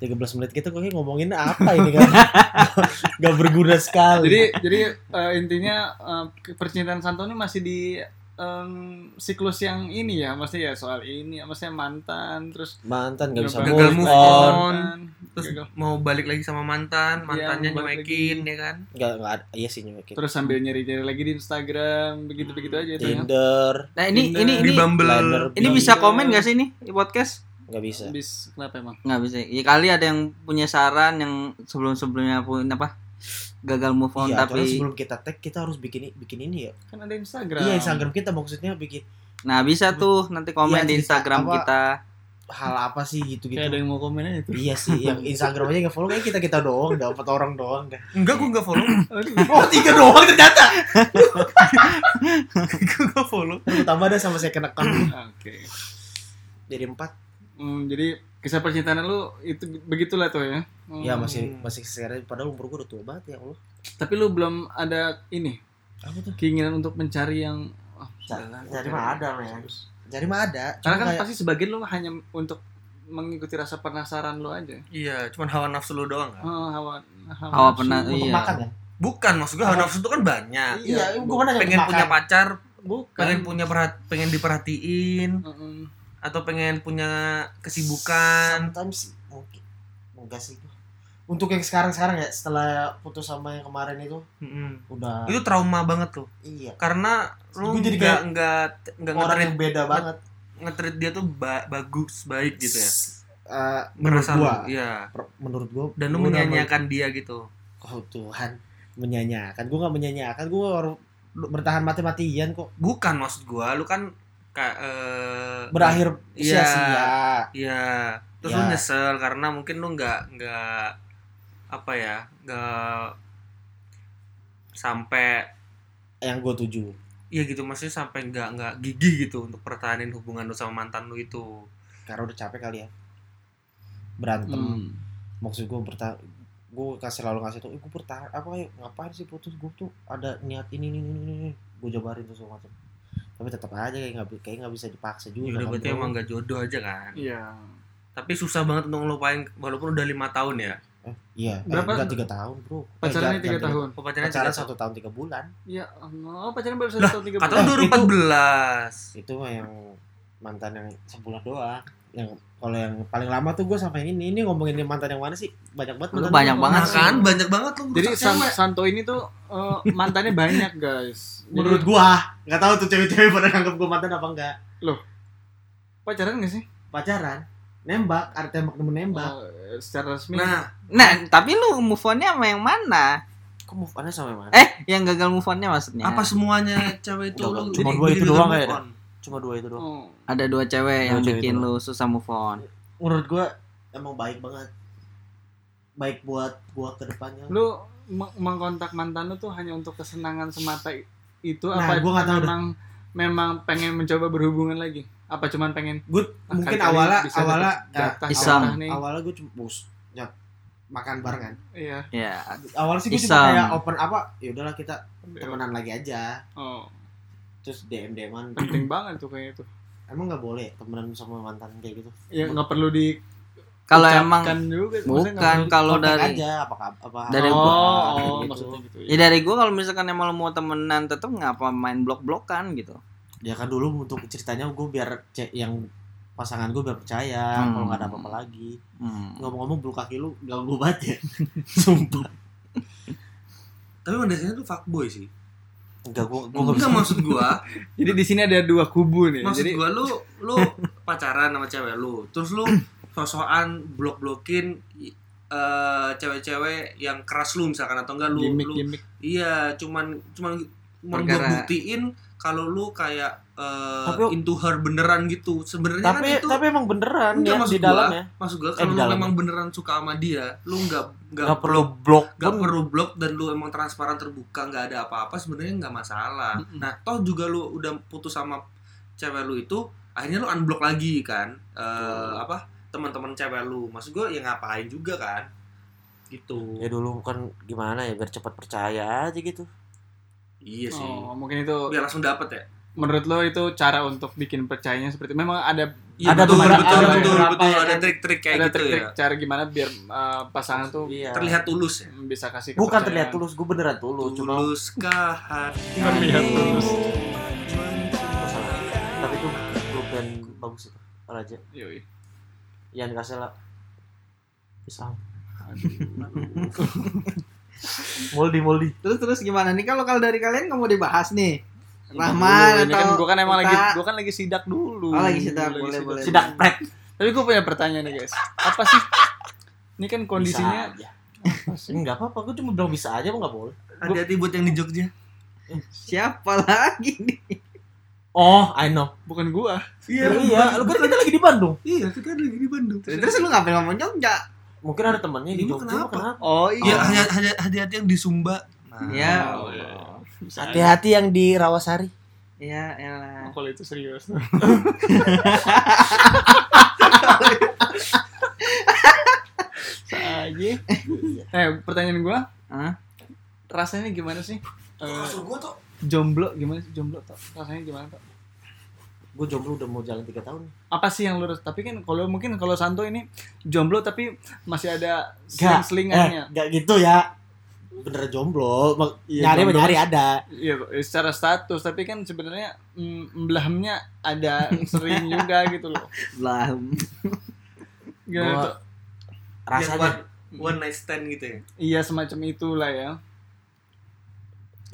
Speaker 4: 13 menit kita kok ngomongin apa ini kan nggak berguna sekali
Speaker 2: Jadi jadi eh, intinya eh, percintaan Santo ini masih di em, siklus yang ini ya, maksudnya ya soal ini, maksudnya mantan, terus
Speaker 4: mantan nggak bisa
Speaker 2: gagal
Speaker 4: move
Speaker 3: move
Speaker 4: on Gitu.
Speaker 3: on.
Speaker 2: terus
Speaker 4: Hmm,
Speaker 3: Terus mau balik lagi sama mantan, mantannya
Speaker 2: Iya, mau balik
Speaker 3: nyemekin
Speaker 2: lagi.
Speaker 3: ya kan?
Speaker 4: nggak nggak ada- iya sih nyemekin
Speaker 2: terus sambil nyari-nyari lagi di Instagram, begitu-begitu aja itu ya.
Speaker 4: Tinder
Speaker 5: Nah, ini ini
Speaker 3: di
Speaker 5: ini
Speaker 3: Bumble.
Speaker 4: Blender
Speaker 5: ini bisa komen gak sih nih di podcast?
Speaker 4: nggak bisa
Speaker 2: Bis, kenapa emang?
Speaker 5: nggak bisa ya kali ada yang punya saran yang sebelum sebelumnya pun apa gagal move on
Speaker 4: iya,
Speaker 5: tapi
Speaker 4: tapi sebelum kita tag kita harus bikin bikin ini ya
Speaker 2: Kan ada Instagram.
Speaker 4: iya Instagram kita maksudnya bikin
Speaker 5: nah bisa tuh nanti komen
Speaker 4: Iya,
Speaker 5: di
Speaker 4: cerita
Speaker 5: Instagram
Speaker 4: apa-
Speaker 5: kita
Speaker 4: hal apa sih gitu-gitu
Speaker 2: Kayak ada yang mau komen aja tuh.
Speaker 4: Iya sih, yang Instagram aja nggak follow kayak kita kita doang, nggak empat orang doang kan. dah.
Speaker 3: Enggak, gua enggak follow.
Speaker 4: Oh tiga doang ternyata.
Speaker 3: gua enggak follow.
Speaker 4: Lu tambah dah sama saya kena account
Speaker 2: Oke.
Speaker 4: jadi empat.
Speaker 2: Hmm, jadi kisah percintaan lu itu begitulah tuh ya. Hmm.
Speaker 4: Ya masih masih sekarang padahal umur gua udah tua banget ya Allah.
Speaker 2: Tapi lu belum ada ini
Speaker 4: Apa tuh?
Speaker 2: keinginan untuk mencari yang ah, sudahlah,
Speaker 4: Cari
Speaker 2: gua
Speaker 4: mah
Speaker 2: cari
Speaker 4: ada,
Speaker 2: yang
Speaker 4: men.
Speaker 2: bagus.
Speaker 4: Jadi mah ada.
Speaker 2: Karena
Speaker 4: Cuma
Speaker 2: kan
Speaker 4: kayak,
Speaker 2: pasti sebagian lu hanya untuk mengikuti rasa penasaran lu aja.
Speaker 3: Iya, cuman hawa nafsu lu doang kan?
Speaker 2: Oh, hawa hawa,
Speaker 5: Hawa
Speaker 2: nafsu.
Speaker 5: pena-
Speaker 4: untuk
Speaker 5: iya.
Speaker 4: makan ya.
Speaker 3: Bukan, maksud gua hawa nafsu itu kan banyak.
Speaker 4: Iya, Kan? gua mana
Speaker 3: Pengen punya pacar,
Speaker 4: bukan
Speaker 3: pengen punya perhat pengen diperhatiin atau pengen punya kesibukan
Speaker 4: sometimes mungkin enggak sih gua. untuk yang sekarang sekarang ya setelah putus sama yang kemarin itu
Speaker 3: Mm-mm.
Speaker 4: udah
Speaker 3: itu trauma banget tuh
Speaker 4: iya
Speaker 3: karena lu
Speaker 4: Nah. Gua jadi
Speaker 3: nggak
Speaker 4: kayak
Speaker 3: nggak nggak
Speaker 4: orang
Speaker 3: nge-treat-
Speaker 4: yang beda banget
Speaker 3: nge-treat dia tuh ba- bagus baik gitu ya
Speaker 4: Eh, menurut
Speaker 3: merasa
Speaker 4: gua
Speaker 3: lu- iya
Speaker 4: per- menurut gua
Speaker 3: dan lu
Speaker 4: gua udah
Speaker 3: menyanyiakan dia gitu
Speaker 4: men- oh Tuhan menyanyiakan gua nggak menyanyiakan gua orang bertahan mati-matian kok
Speaker 3: bukan maksud gua lu kan ka- eh,
Speaker 4: berakhir
Speaker 3: Iya.
Speaker 4: sia-sia
Speaker 3: Iya, terus
Speaker 4: Ya.
Speaker 3: lu nyesel karena mungkin lu nggak nggak apa ya nggak sampai
Speaker 4: yang gua tuju
Speaker 3: ya gitu maksudnya sampai nggak nggak gigih gitu untuk pertahanin hubungan lu sama mantan lu itu.
Speaker 4: karena udah capek kali ya berantem
Speaker 2: Mm.
Speaker 3: Hmm.
Speaker 4: maksud gue bertahan gue kasih selalu ngasih tuh, eh, gue bertahan apa ya ngapain sih putus gue tuh ada niat ini ini ini ini, ini. gue jabarin tuh semua macam tapi tetap aja kayak nggak bi- kayak nggak bisa dipaksa juga
Speaker 3: Ya udah
Speaker 4: kan,
Speaker 3: berarti
Speaker 4: bro.
Speaker 3: emang nggak jodoh aja kan.
Speaker 2: Iya.
Speaker 3: Tapi susah banget untuk ngelupain walaupun udah lima tahun ya.
Speaker 4: iya
Speaker 2: Berapa-
Speaker 4: berapa eh, enggak, tiga tahun bro Eh,
Speaker 2: Pacarannya
Speaker 4: enggak,
Speaker 2: tiga
Speaker 4: enggak,
Speaker 2: tahun.
Speaker 3: Kok
Speaker 4: tiga-
Speaker 3: pacaran
Speaker 4: pacaran satu tahun tiga bulan
Speaker 2: Ya, oh pacaran baru satu
Speaker 3: Lah,
Speaker 2: tahun tiga
Speaker 3: Kata
Speaker 2: bulan.
Speaker 3: lu
Speaker 4: Eh, itu-
Speaker 3: 2014.
Speaker 4: itu mah yang mantan yang sebulan doang yang kalau yang paling lama tuh gue sampai ini ini ngomongin yang mantan yang mana sih banyak banget
Speaker 5: Lu
Speaker 4: mantan
Speaker 5: banyak
Speaker 4: yang-
Speaker 5: banget
Speaker 3: Nah
Speaker 5: sih.
Speaker 3: kan banyak banget lu
Speaker 2: Jadi
Speaker 3: merusak
Speaker 2: San-
Speaker 3: cewek.
Speaker 2: Santo ini tuh eh, mantannya banyak guys. Jadi,
Speaker 4: menurut
Speaker 5: Hmm.
Speaker 4: gua nggak tahu tuh cewek-cewek pada nganggep gue mantan apa enggak
Speaker 2: pacaran nggak sih?
Speaker 4: pacaran nembak ada tembak nemu nembak
Speaker 2: Eh, secara resmi.
Speaker 3: Nah,
Speaker 5: Nah, tapi lu move on-nya sama yang mana?
Speaker 4: kok move on sama mana
Speaker 5: Oh. Eh, yang gagal move on-nya maksudnya.
Speaker 3: apa semuanya cewek itu
Speaker 4: Nggak,
Speaker 3: lu
Speaker 4: Bang. Iya. Cuma
Speaker 3: jadi-
Speaker 4: dua
Speaker 3: jadi
Speaker 4: itu
Speaker 3: gagal
Speaker 4: doang
Speaker 3: move
Speaker 4: kayaknya.
Speaker 3: on?
Speaker 4: cuma dua itu doang
Speaker 2: Oh.
Speaker 5: Ada dua cewek yang
Speaker 4: Dua cewek
Speaker 5: bikin
Speaker 4: itu.
Speaker 5: lu susah move on.
Speaker 4: menurut gua emang baik banget baik buat gua ke depannya
Speaker 2: Lu meng- mengkontak mantan lu tuh hanya untuk kesenangan semata i- itu
Speaker 4: Nah,
Speaker 2: apa
Speaker 4: gua nggak tahu
Speaker 2: memang memang pengen mencoba berhubungan lagi? Apa cuman pengen
Speaker 4: gua
Speaker 2: Ah,
Speaker 3: Nah,
Speaker 4: mungkin
Speaker 2: kali-kali
Speaker 4: awalnya
Speaker 2: bisa
Speaker 4: awalnya ya,
Speaker 2: jatah
Speaker 5: Iseng.
Speaker 2: jatah nih?
Speaker 4: awalnya gua cuma bus ya, makan barengan
Speaker 2: Iya.
Speaker 5: Ya,
Speaker 4: awalnya sih gua cuma
Speaker 5: Iseng.
Speaker 4: kayak open apa ya udahlah kita
Speaker 2: Iya.
Speaker 4: temenan lagi aja
Speaker 2: Oh,
Speaker 4: terus dm dman
Speaker 2: penting banget tuh kayaknya tuh.
Speaker 4: emang nggak boleh temenan sama mantan kayak gitu
Speaker 2: Ya nggak perlu di
Speaker 5: kalau
Speaker 2: ucapkan
Speaker 5: emang
Speaker 2: juga, maksudnya nggak
Speaker 5: bukan
Speaker 2: perlu-
Speaker 5: kalau
Speaker 4: Kontak
Speaker 5: dari
Speaker 4: aja apa kab- apa
Speaker 5: dari
Speaker 2: oh,
Speaker 5: gua,
Speaker 2: oh,
Speaker 4: gitu.
Speaker 2: maksudnya gitu.
Speaker 5: Ya dari gua kalau misalkan emang lu mau temenan tetep ngapa main blok-blokan gitu.
Speaker 4: ya kan dulu untuk ceritanya gue biar cek yang pasangan gue biar percaya
Speaker 5: Hmm.
Speaker 4: kalau nggak ada apa-apa lagi
Speaker 5: Hmm.
Speaker 4: ngomong-ngomong bulu kaki lu ganggu banget ya sumpah
Speaker 3: Tapi pada dasarnya tuh fuckboy sih.
Speaker 4: enggak gue gue Oh, nggak bisa
Speaker 3: Enggak maksud gua,
Speaker 2: Jadi di sini ada dua kubu
Speaker 4: Iya,
Speaker 2: nih.
Speaker 3: Maksud
Speaker 2: Jadi
Speaker 3: gua lu lu pacaran sama cewek lu, terus lu sosokan blok-blokin eh, cewek-cewek yang keras lu misalkan atau enggak lu, lu
Speaker 2: gimmick-gimmick
Speaker 3: iya cuman cuman cuman gua
Speaker 5: Perkara-
Speaker 3: buktiin kalau lu kayak eh,
Speaker 4: Tapi-
Speaker 3: into her beneran gitu. Sebenarnya kan
Speaker 4: tapi
Speaker 3: itu
Speaker 4: tapi emang beneran
Speaker 3: Enggak,
Speaker 4: ya
Speaker 3: maksud
Speaker 4: di
Speaker 3: gua.
Speaker 4: dalamnya
Speaker 3: maksud gua
Speaker 4: eh,
Speaker 3: kalau
Speaker 4: di
Speaker 3: lu
Speaker 4: dalam.
Speaker 3: memang beneran suka sama dia, lu enggak enggak
Speaker 4: nggak perlu blok
Speaker 3: nggak
Speaker 4: pun.
Speaker 3: perlu blok dan lu emang transparan terbuka nggak ada apa-apa sebenarnya nggak masalah
Speaker 2: Mm-mm.
Speaker 3: nah toh juga lu udah putus sama cewek lu itu akhirnya lu unblock lagi kan Eh, apa teman-teman cewek lu maksud gue ya ngapain juga kan gitu
Speaker 4: ya dulu kan gimana ya biar cepat percaya aja gitu
Speaker 3: iya sih
Speaker 2: Oh, mungkin itu
Speaker 3: biar langsung dapet ya
Speaker 2: menurut lo itu cara untuk bikin percayanya seperti memang ada
Speaker 3: Iya,
Speaker 4: Ada
Speaker 3: betul,
Speaker 4: beberapa-
Speaker 3: betul,
Speaker 4: ada
Speaker 3: betul, betul,
Speaker 4: beberapa ya
Speaker 3: ada
Speaker 4: kan?
Speaker 3: trik-trik kayak
Speaker 2: ada
Speaker 3: gitu
Speaker 2: trik-trik
Speaker 3: ya
Speaker 2: cara gimana biar uh, pasangan tuh
Speaker 4: iya.
Speaker 3: terlihat tulus ya
Speaker 2: bisa kasih
Speaker 4: bukan
Speaker 2: kepercayaan.
Speaker 4: terlihat tulus gue beneran tulus cuma
Speaker 3: tuluskah hati
Speaker 2: Terlihat tulus.
Speaker 4: masalah tapi itu blok dan bagus itu raja
Speaker 2: Yoi.
Speaker 4: yang kasih lah Islam Moldi Moldi
Speaker 5: Terus terus gimana nih kalau kalau dari kalian nggak mau dibahas nih?
Speaker 2: Dulu,
Speaker 5: Rahman
Speaker 2: ini
Speaker 5: atau
Speaker 2: kan gua kan emang lagi
Speaker 5: Uta?
Speaker 2: gua kan lagi sidak dulu.
Speaker 5: Oh, lagi sidak, boleh, boleh.
Speaker 4: sidak prek
Speaker 2: Tapi gua punya pertanyaan nih, guys. Apa sih? Ini kan kondisinya
Speaker 4: Bisa aja. Enggak apa-apa, gue cuma bilang bisa aja, kok nggak boleh.
Speaker 3: hati-hati buat yang di Jogja
Speaker 5: siapa lagi nih?
Speaker 4: Oh, I know.
Speaker 2: bukan gua.
Speaker 4: Iya, lu kan kita lagi di Bandung.
Speaker 3: iya kita lagi di Bandung
Speaker 5: Terus lu ngapain ngomong Jogja?
Speaker 4: Mungkin ada temannya di
Speaker 3: Iya,
Speaker 4: Jogja.
Speaker 3: kenapa?
Speaker 4: kenapa?
Speaker 2: Oh
Speaker 3: iya hati- hati- hati-hati yang di Sumba Nah,
Speaker 5: Ya,
Speaker 2: Oh, iya.
Speaker 5: Allah.
Speaker 4: Hati-hati yang di Rawasari.
Speaker 5: ya elah.
Speaker 2: Kalau itu serius. Saja. Eh, pertanyaan gua,
Speaker 5: Hah?
Speaker 2: rasanya gimana sih? Eh,
Speaker 3: Maksud gua tuh
Speaker 2: jomblo gimana sih jomblo Tok? Rasanya gimana Tok?
Speaker 4: Gue jomblo udah mau jalan 3 tahun.
Speaker 2: Apa sih yang lurus? Tapi kan kalau mungkin kalau Santo ini jomblo tapi masih ada
Speaker 4: Gak, eh,
Speaker 2: seling-selingannya.
Speaker 4: gak gitu ya. bener jomblo Mak-
Speaker 2: Iya,
Speaker 4: nyari mah
Speaker 2: jomblo.
Speaker 4: nyari ada
Speaker 2: Iya, secara status, tapi kan sebenarnya mm, belahnya ada sering juga gitu loh.
Speaker 5: lah
Speaker 2: Gitu.
Speaker 3: Yang
Speaker 4: Bahwa- rasanya
Speaker 3: one, one night stand gitu ya
Speaker 2: Iya, semacam itulah ya.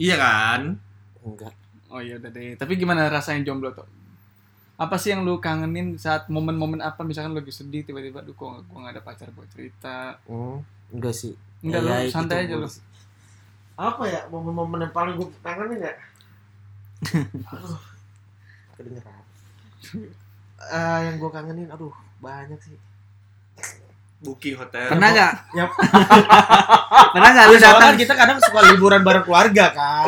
Speaker 3: iya kan
Speaker 4: enggak
Speaker 2: Oh iya udah deh. Tapi gimana rasanya jomblo tuh? Apa sih yang lu kangenin saat momen-momen apa misalkan lu lagi sedih tiba-tiba aduh kok gua nggak ada pacar buat cerita.
Speaker 4: Hmm, enggak sih
Speaker 2: Enggak
Speaker 4: Ya,
Speaker 2: lu
Speaker 4: gitu,
Speaker 2: santai aja
Speaker 4: gua-
Speaker 2: lu.
Speaker 4: apa ya momen-momen yang paling gue kangen ya aduh kedengeran Eh, yang gue kangenin aduh banyak sih
Speaker 3: booking
Speaker 2: Ya,
Speaker 3: hotel
Speaker 5: pernah nggak
Speaker 4: Yap.
Speaker 5: pernah nggak lu
Speaker 4: Soalnya
Speaker 5: datang
Speaker 4: kan kita kadang suka liburan bareng keluarga kan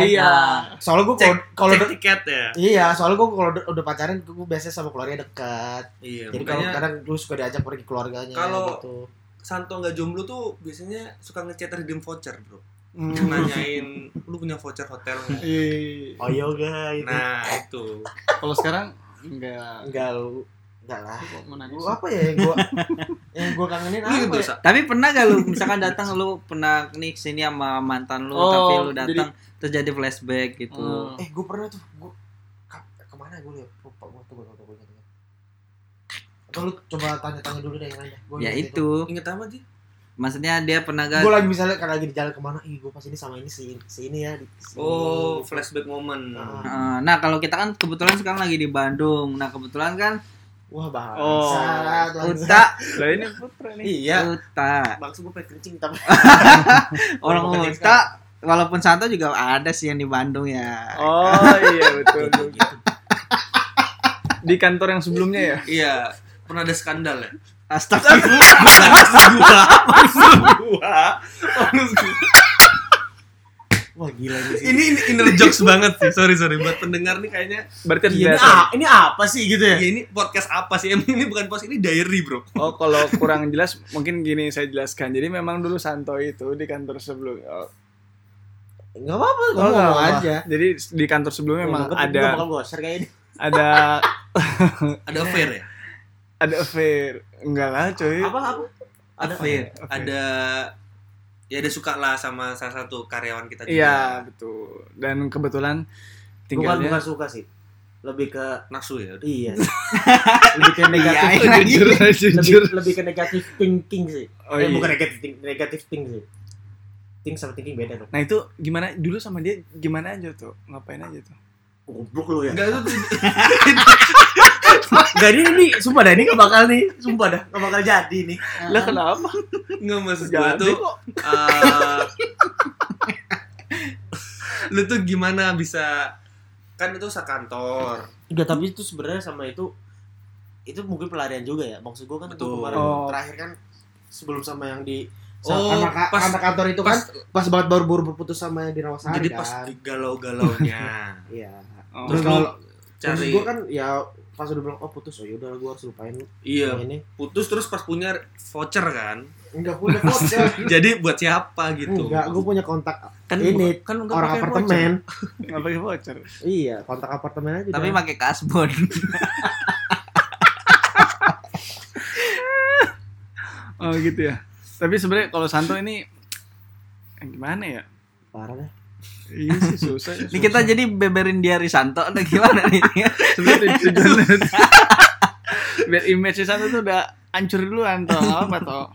Speaker 4: soalnya gue
Speaker 3: cek,
Speaker 4: kalau kalau
Speaker 3: cek
Speaker 4: udah-
Speaker 3: tiket ya
Speaker 4: iya soalnya gue kalau udah- udah pacaran gue biasanya sama keluarga dekat
Speaker 3: iya
Speaker 4: jadi kalau
Speaker 3: makanya
Speaker 4: kadang gue suka diajak pergi keluarganya
Speaker 3: Kalau-
Speaker 4: gitu
Speaker 3: Santo nggak jomblo tuh biasanya suka ngechat redeem voucher bro
Speaker 2: Hmm.
Speaker 3: nanyain lu punya voucher hotel nggak?
Speaker 2: Iya.
Speaker 4: oh yoga gitu
Speaker 3: nah itu
Speaker 2: Kalau sekarang enggak.
Speaker 4: enggak lu enggak lah
Speaker 2: Lu Kok mau nangis?
Speaker 4: Lu apa ya yang gue yang gue kangenin
Speaker 3: lu
Speaker 4: apa
Speaker 3: gitu
Speaker 4: ya?
Speaker 3: sa
Speaker 5: tapi pernah gak lu misalkan datang lu pernah nih sini sama mantan lu
Speaker 2: Oh,
Speaker 5: tapi lu
Speaker 2: jadi-
Speaker 5: datang terus jadi flashback gitu
Speaker 2: Hmm.
Speaker 4: eh gue pernah tuh gue kemana gue liat lupa gue tuh gue tuh gue ingat Atau lu coba tanya-tanya dulu deh yang lain gue
Speaker 2: iya,
Speaker 5: ya itu
Speaker 3: inget apa sih
Speaker 5: maksudnya dia pernah gak
Speaker 4: gue lagi misalnya kan lagi di jalan kemana ih gue pas ini sama ini si, si ini ya di, si ini.
Speaker 3: oh flashback moment
Speaker 4: Ah.
Speaker 5: Eh, nah kalau kita kan kebetulan sekarang lagi di Bandung nah kebetulan kan
Speaker 4: wah bang
Speaker 2: Oh.
Speaker 5: Uta
Speaker 2: Lah ini putra nih.
Speaker 4: iya
Speaker 5: Uta
Speaker 4: maksud gue pengen kencing tapi
Speaker 5: orang
Speaker 4: Bukan
Speaker 5: Uta walaupun Santo juga ada sih yang di Bandung ya
Speaker 2: Oh iya betul. betul. Di kantor yang sebelumnya ya.
Speaker 3: iya pernah ada skandal ya
Speaker 5: Astagfirullah
Speaker 3: Wah,
Speaker 4: wah gila ini sih
Speaker 3: ini, ini inner jokes banget sih sorry sorry buat pendengar nih kayaknya
Speaker 2: Berarti harus
Speaker 4: ini,
Speaker 2: dilihatin.
Speaker 4: a- ini apa sih gitu ya
Speaker 3: ya ini podcast apa sih Em, ini bukan podcast ini diary bro
Speaker 2: Oh, kalau kurang jelas mungkin gini saya jelaskan. Jadi memang dulu Santo itu di kantor sebelum oh,
Speaker 4: nggak apa-apa
Speaker 2: Oh,
Speaker 4: ngomong
Speaker 2: nggak
Speaker 4: ngomong
Speaker 2: apa-apa.
Speaker 4: aja Oh,
Speaker 2: Jadi di kantor sebelumnya memang
Speaker 4: Gua-
Speaker 2: ada
Speaker 4: gua bakal gue share kayak ini
Speaker 2: ada
Speaker 3: ada affair ya
Speaker 2: ada affair. Enggak lah, cuy.
Speaker 4: apa apa Ada
Speaker 3: affair
Speaker 2: affair.
Speaker 3: ada ya ada suka lah sama salah satu karyawan kita juga
Speaker 2: Iya, betul. Dan kebetulan
Speaker 4: bukan
Speaker 2: tinggalnya
Speaker 4: bukan suka sih lebih ke
Speaker 3: nafsu ya udah.
Speaker 4: iya sih. lebih ke negatif
Speaker 5: Iyain lagi.
Speaker 2: jujur aja, jujur.
Speaker 4: lebih lebih ke negatif thinking sih
Speaker 2: Oh,
Speaker 4: eh,
Speaker 2: iya.
Speaker 4: bukan negatif think, negatif think sih think sama thinking beda dong
Speaker 2: Nah, itu gimana dulu sama dia gimana aja tuh? Ngapain aja tuh?
Speaker 4: goblok lu ya
Speaker 3: Enggak itu
Speaker 4: gak ini, ini sumpah dah ini gak bakal nih sumpah dah gak bakal jadi nih
Speaker 2: Lah kan- kenapa?
Speaker 3: enggak maksud gue
Speaker 2: Gak ada
Speaker 3: tuh
Speaker 2: kok.
Speaker 3: eh, lu tuh gimana bisa kan itu sekantor
Speaker 4: Enggak, tapi itu sebenarnya sama itu itu mungkin pelarian juga ya maksud gua kan
Speaker 3: Betul.
Speaker 4: gua kemarin
Speaker 2: Oh.
Speaker 4: terakhir kan sebelum sama yang di
Speaker 3: Oh,
Speaker 4: sama anak,
Speaker 3: pas-
Speaker 4: anak kantor itu
Speaker 3: pas
Speaker 4: kan pas banget baru baru berputus sama yang di Rawasari
Speaker 3: jadi
Speaker 4: kan
Speaker 3: pas galau-galaunya
Speaker 4: iya
Speaker 2: Oh.
Speaker 3: terus lu
Speaker 4: terus
Speaker 3: cari
Speaker 4: gua kan ya pas udah bilang oh putus oh yaudah gua harus lupain
Speaker 3: iya
Speaker 4: yang ini
Speaker 3: putus terus pas punya voucher kan
Speaker 4: enggak gua udah voucher
Speaker 3: jadi buat siapa gitu
Speaker 4: Hmm. enggak gua punya kontak
Speaker 3: kan
Speaker 4: ini
Speaker 3: kan lu nggak
Speaker 4: orang
Speaker 3: pakai
Speaker 4: apartemen
Speaker 2: Enggak pakai voucher.
Speaker 4: iya kontak apartemen aja
Speaker 5: tapi
Speaker 4: dah.
Speaker 5: pakai kasbon
Speaker 2: Oh, gitu ya. Tapi sebenarnya kalau Santo ini eh, gimana ya?
Speaker 4: parah deh
Speaker 2: Iya sih susah.
Speaker 5: ini kita jadi beberin dia Risanto atau gimana nih
Speaker 2: sebenarnya tujuannya biar image sana tuh udah hancur duluan tuh nggak apa tuh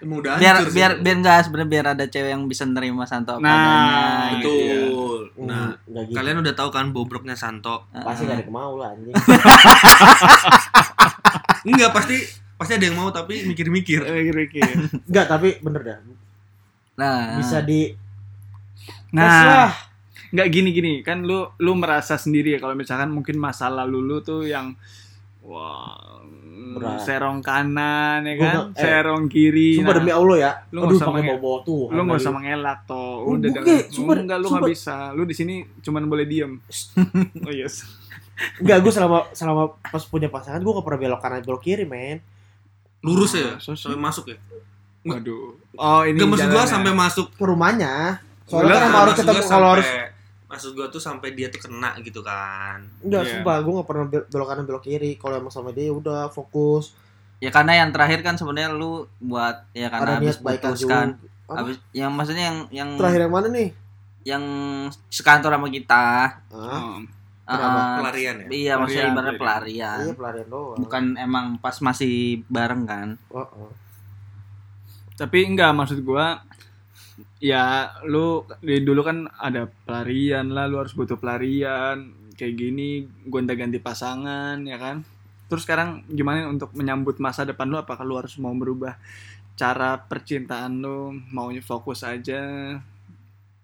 Speaker 3: voucher. Emang udah
Speaker 5: biar
Speaker 3: hancur sih.
Speaker 5: biar biar enggak sebenarnya biar ada cewek yang bisa nerima Santo apa
Speaker 2: Nah, iya.
Speaker 5: adanya gitu.
Speaker 4: Iya,
Speaker 3: betul nah
Speaker 4: Enggak- enggak gitu
Speaker 3: kalian udah tahu kan bobroknya Santo
Speaker 4: pasti gak ada kemau lah anjing
Speaker 3: enggak pasti pasti ada yang mau tapi mikir-mikir
Speaker 2: mikir-mikir
Speaker 4: enggak tapi bener dah
Speaker 5: nah
Speaker 4: bisa di
Speaker 2: nah nggak gini gini kan lu lu merasa sendiri ya kalau misalkan mungkin masa lalu lu tuh yang wah mm,
Speaker 4: Berat.
Speaker 2: serong kanan ya
Speaker 4: Gua
Speaker 2: kan
Speaker 4: nggak- eh,
Speaker 2: serong kiri
Speaker 4: Sumpah
Speaker 2: nah,
Speaker 4: demi Allah ya.
Speaker 2: Lu
Speaker 4: Aduh,
Speaker 2: nggak usah
Speaker 4: pakai
Speaker 2: menge-
Speaker 4: bobo tuh.
Speaker 2: lu nggak usah mengelak toh
Speaker 4: Lu
Speaker 2: udah
Speaker 4: buke,
Speaker 2: dengan-
Speaker 4: sumpah,
Speaker 2: enggak lu
Speaker 4: sumpah.
Speaker 2: nggak bisa lu di sini cuman boleh diem oh yes
Speaker 4: Enggak, gue selama selama pas punya pasangan gue gak pernah belok kanan belok kiri, men.
Speaker 3: lurus ya
Speaker 2: So- so-
Speaker 3: sampai masuk ya
Speaker 2: waduh oh ini
Speaker 3: enggak maksud gua
Speaker 2: jalannya.
Speaker 3: sampai masuk
Speaker 4: Ke rumahnya. Soalnya
Speaker 2: Enggak,
Speaker 4: kan harus
Speaker 3: maksud gua
Speaker 4: ketemu kalau
Speaker 3: sampai-
Speaker 4: harus
Speaker 3: maksud gua tuh sampai dia tuh kena gitu kan
Speaker 4: enggak
Speaker 2: Iya.
Speaker 4: sumpah gue gak pernah bel- belok kanan belok kiri. Kalau emang sama dia ya udah fokus.
Speaker 5: ya karena yang terakhir kan sebenarnya lu buat ya karena
Speaker 4: Ada
Speaker 5: habis
Speaker 4: niat baik
Speaker 5: putus
Speaker 4: aja.
Speaker 5: kan
Speaker 4: Apa?
Speaker 5: Abis, yang maksudnya yang yang
Speaker 2: Hmm.
Speaker 4: Terakhir yang mana nih?
Speaker 5: yang sekantor sama kita.
Speaker 4: Ah,
Speaker 2: Oh,
Speaker 4: Kenapa?
Speaker 5: Uh,
Speaker 3: pelarian ya
Speaker 5: iya maksudnya
Speaker 2: Pelarian,
Speaker 5: ibaratnya
Speaker 2: pelarian.
Speaker 5: pelarian.
Speaker 4: iya pelarian doang.
Speaker 5: Bukan emang pas masih bareng kan.
Speaker 4: Oh, oh.
Speaker 2: tapi enggak maksud gua ya lu di- dulu kan ada pelarian lah lu harus butuh pelarian kayak gini gonta ganti pasangan ya kan terus sekarang gimana untuk menyambut masa depan lu apakah lu harus mau berubah cara percintaan lu maunya fokus aja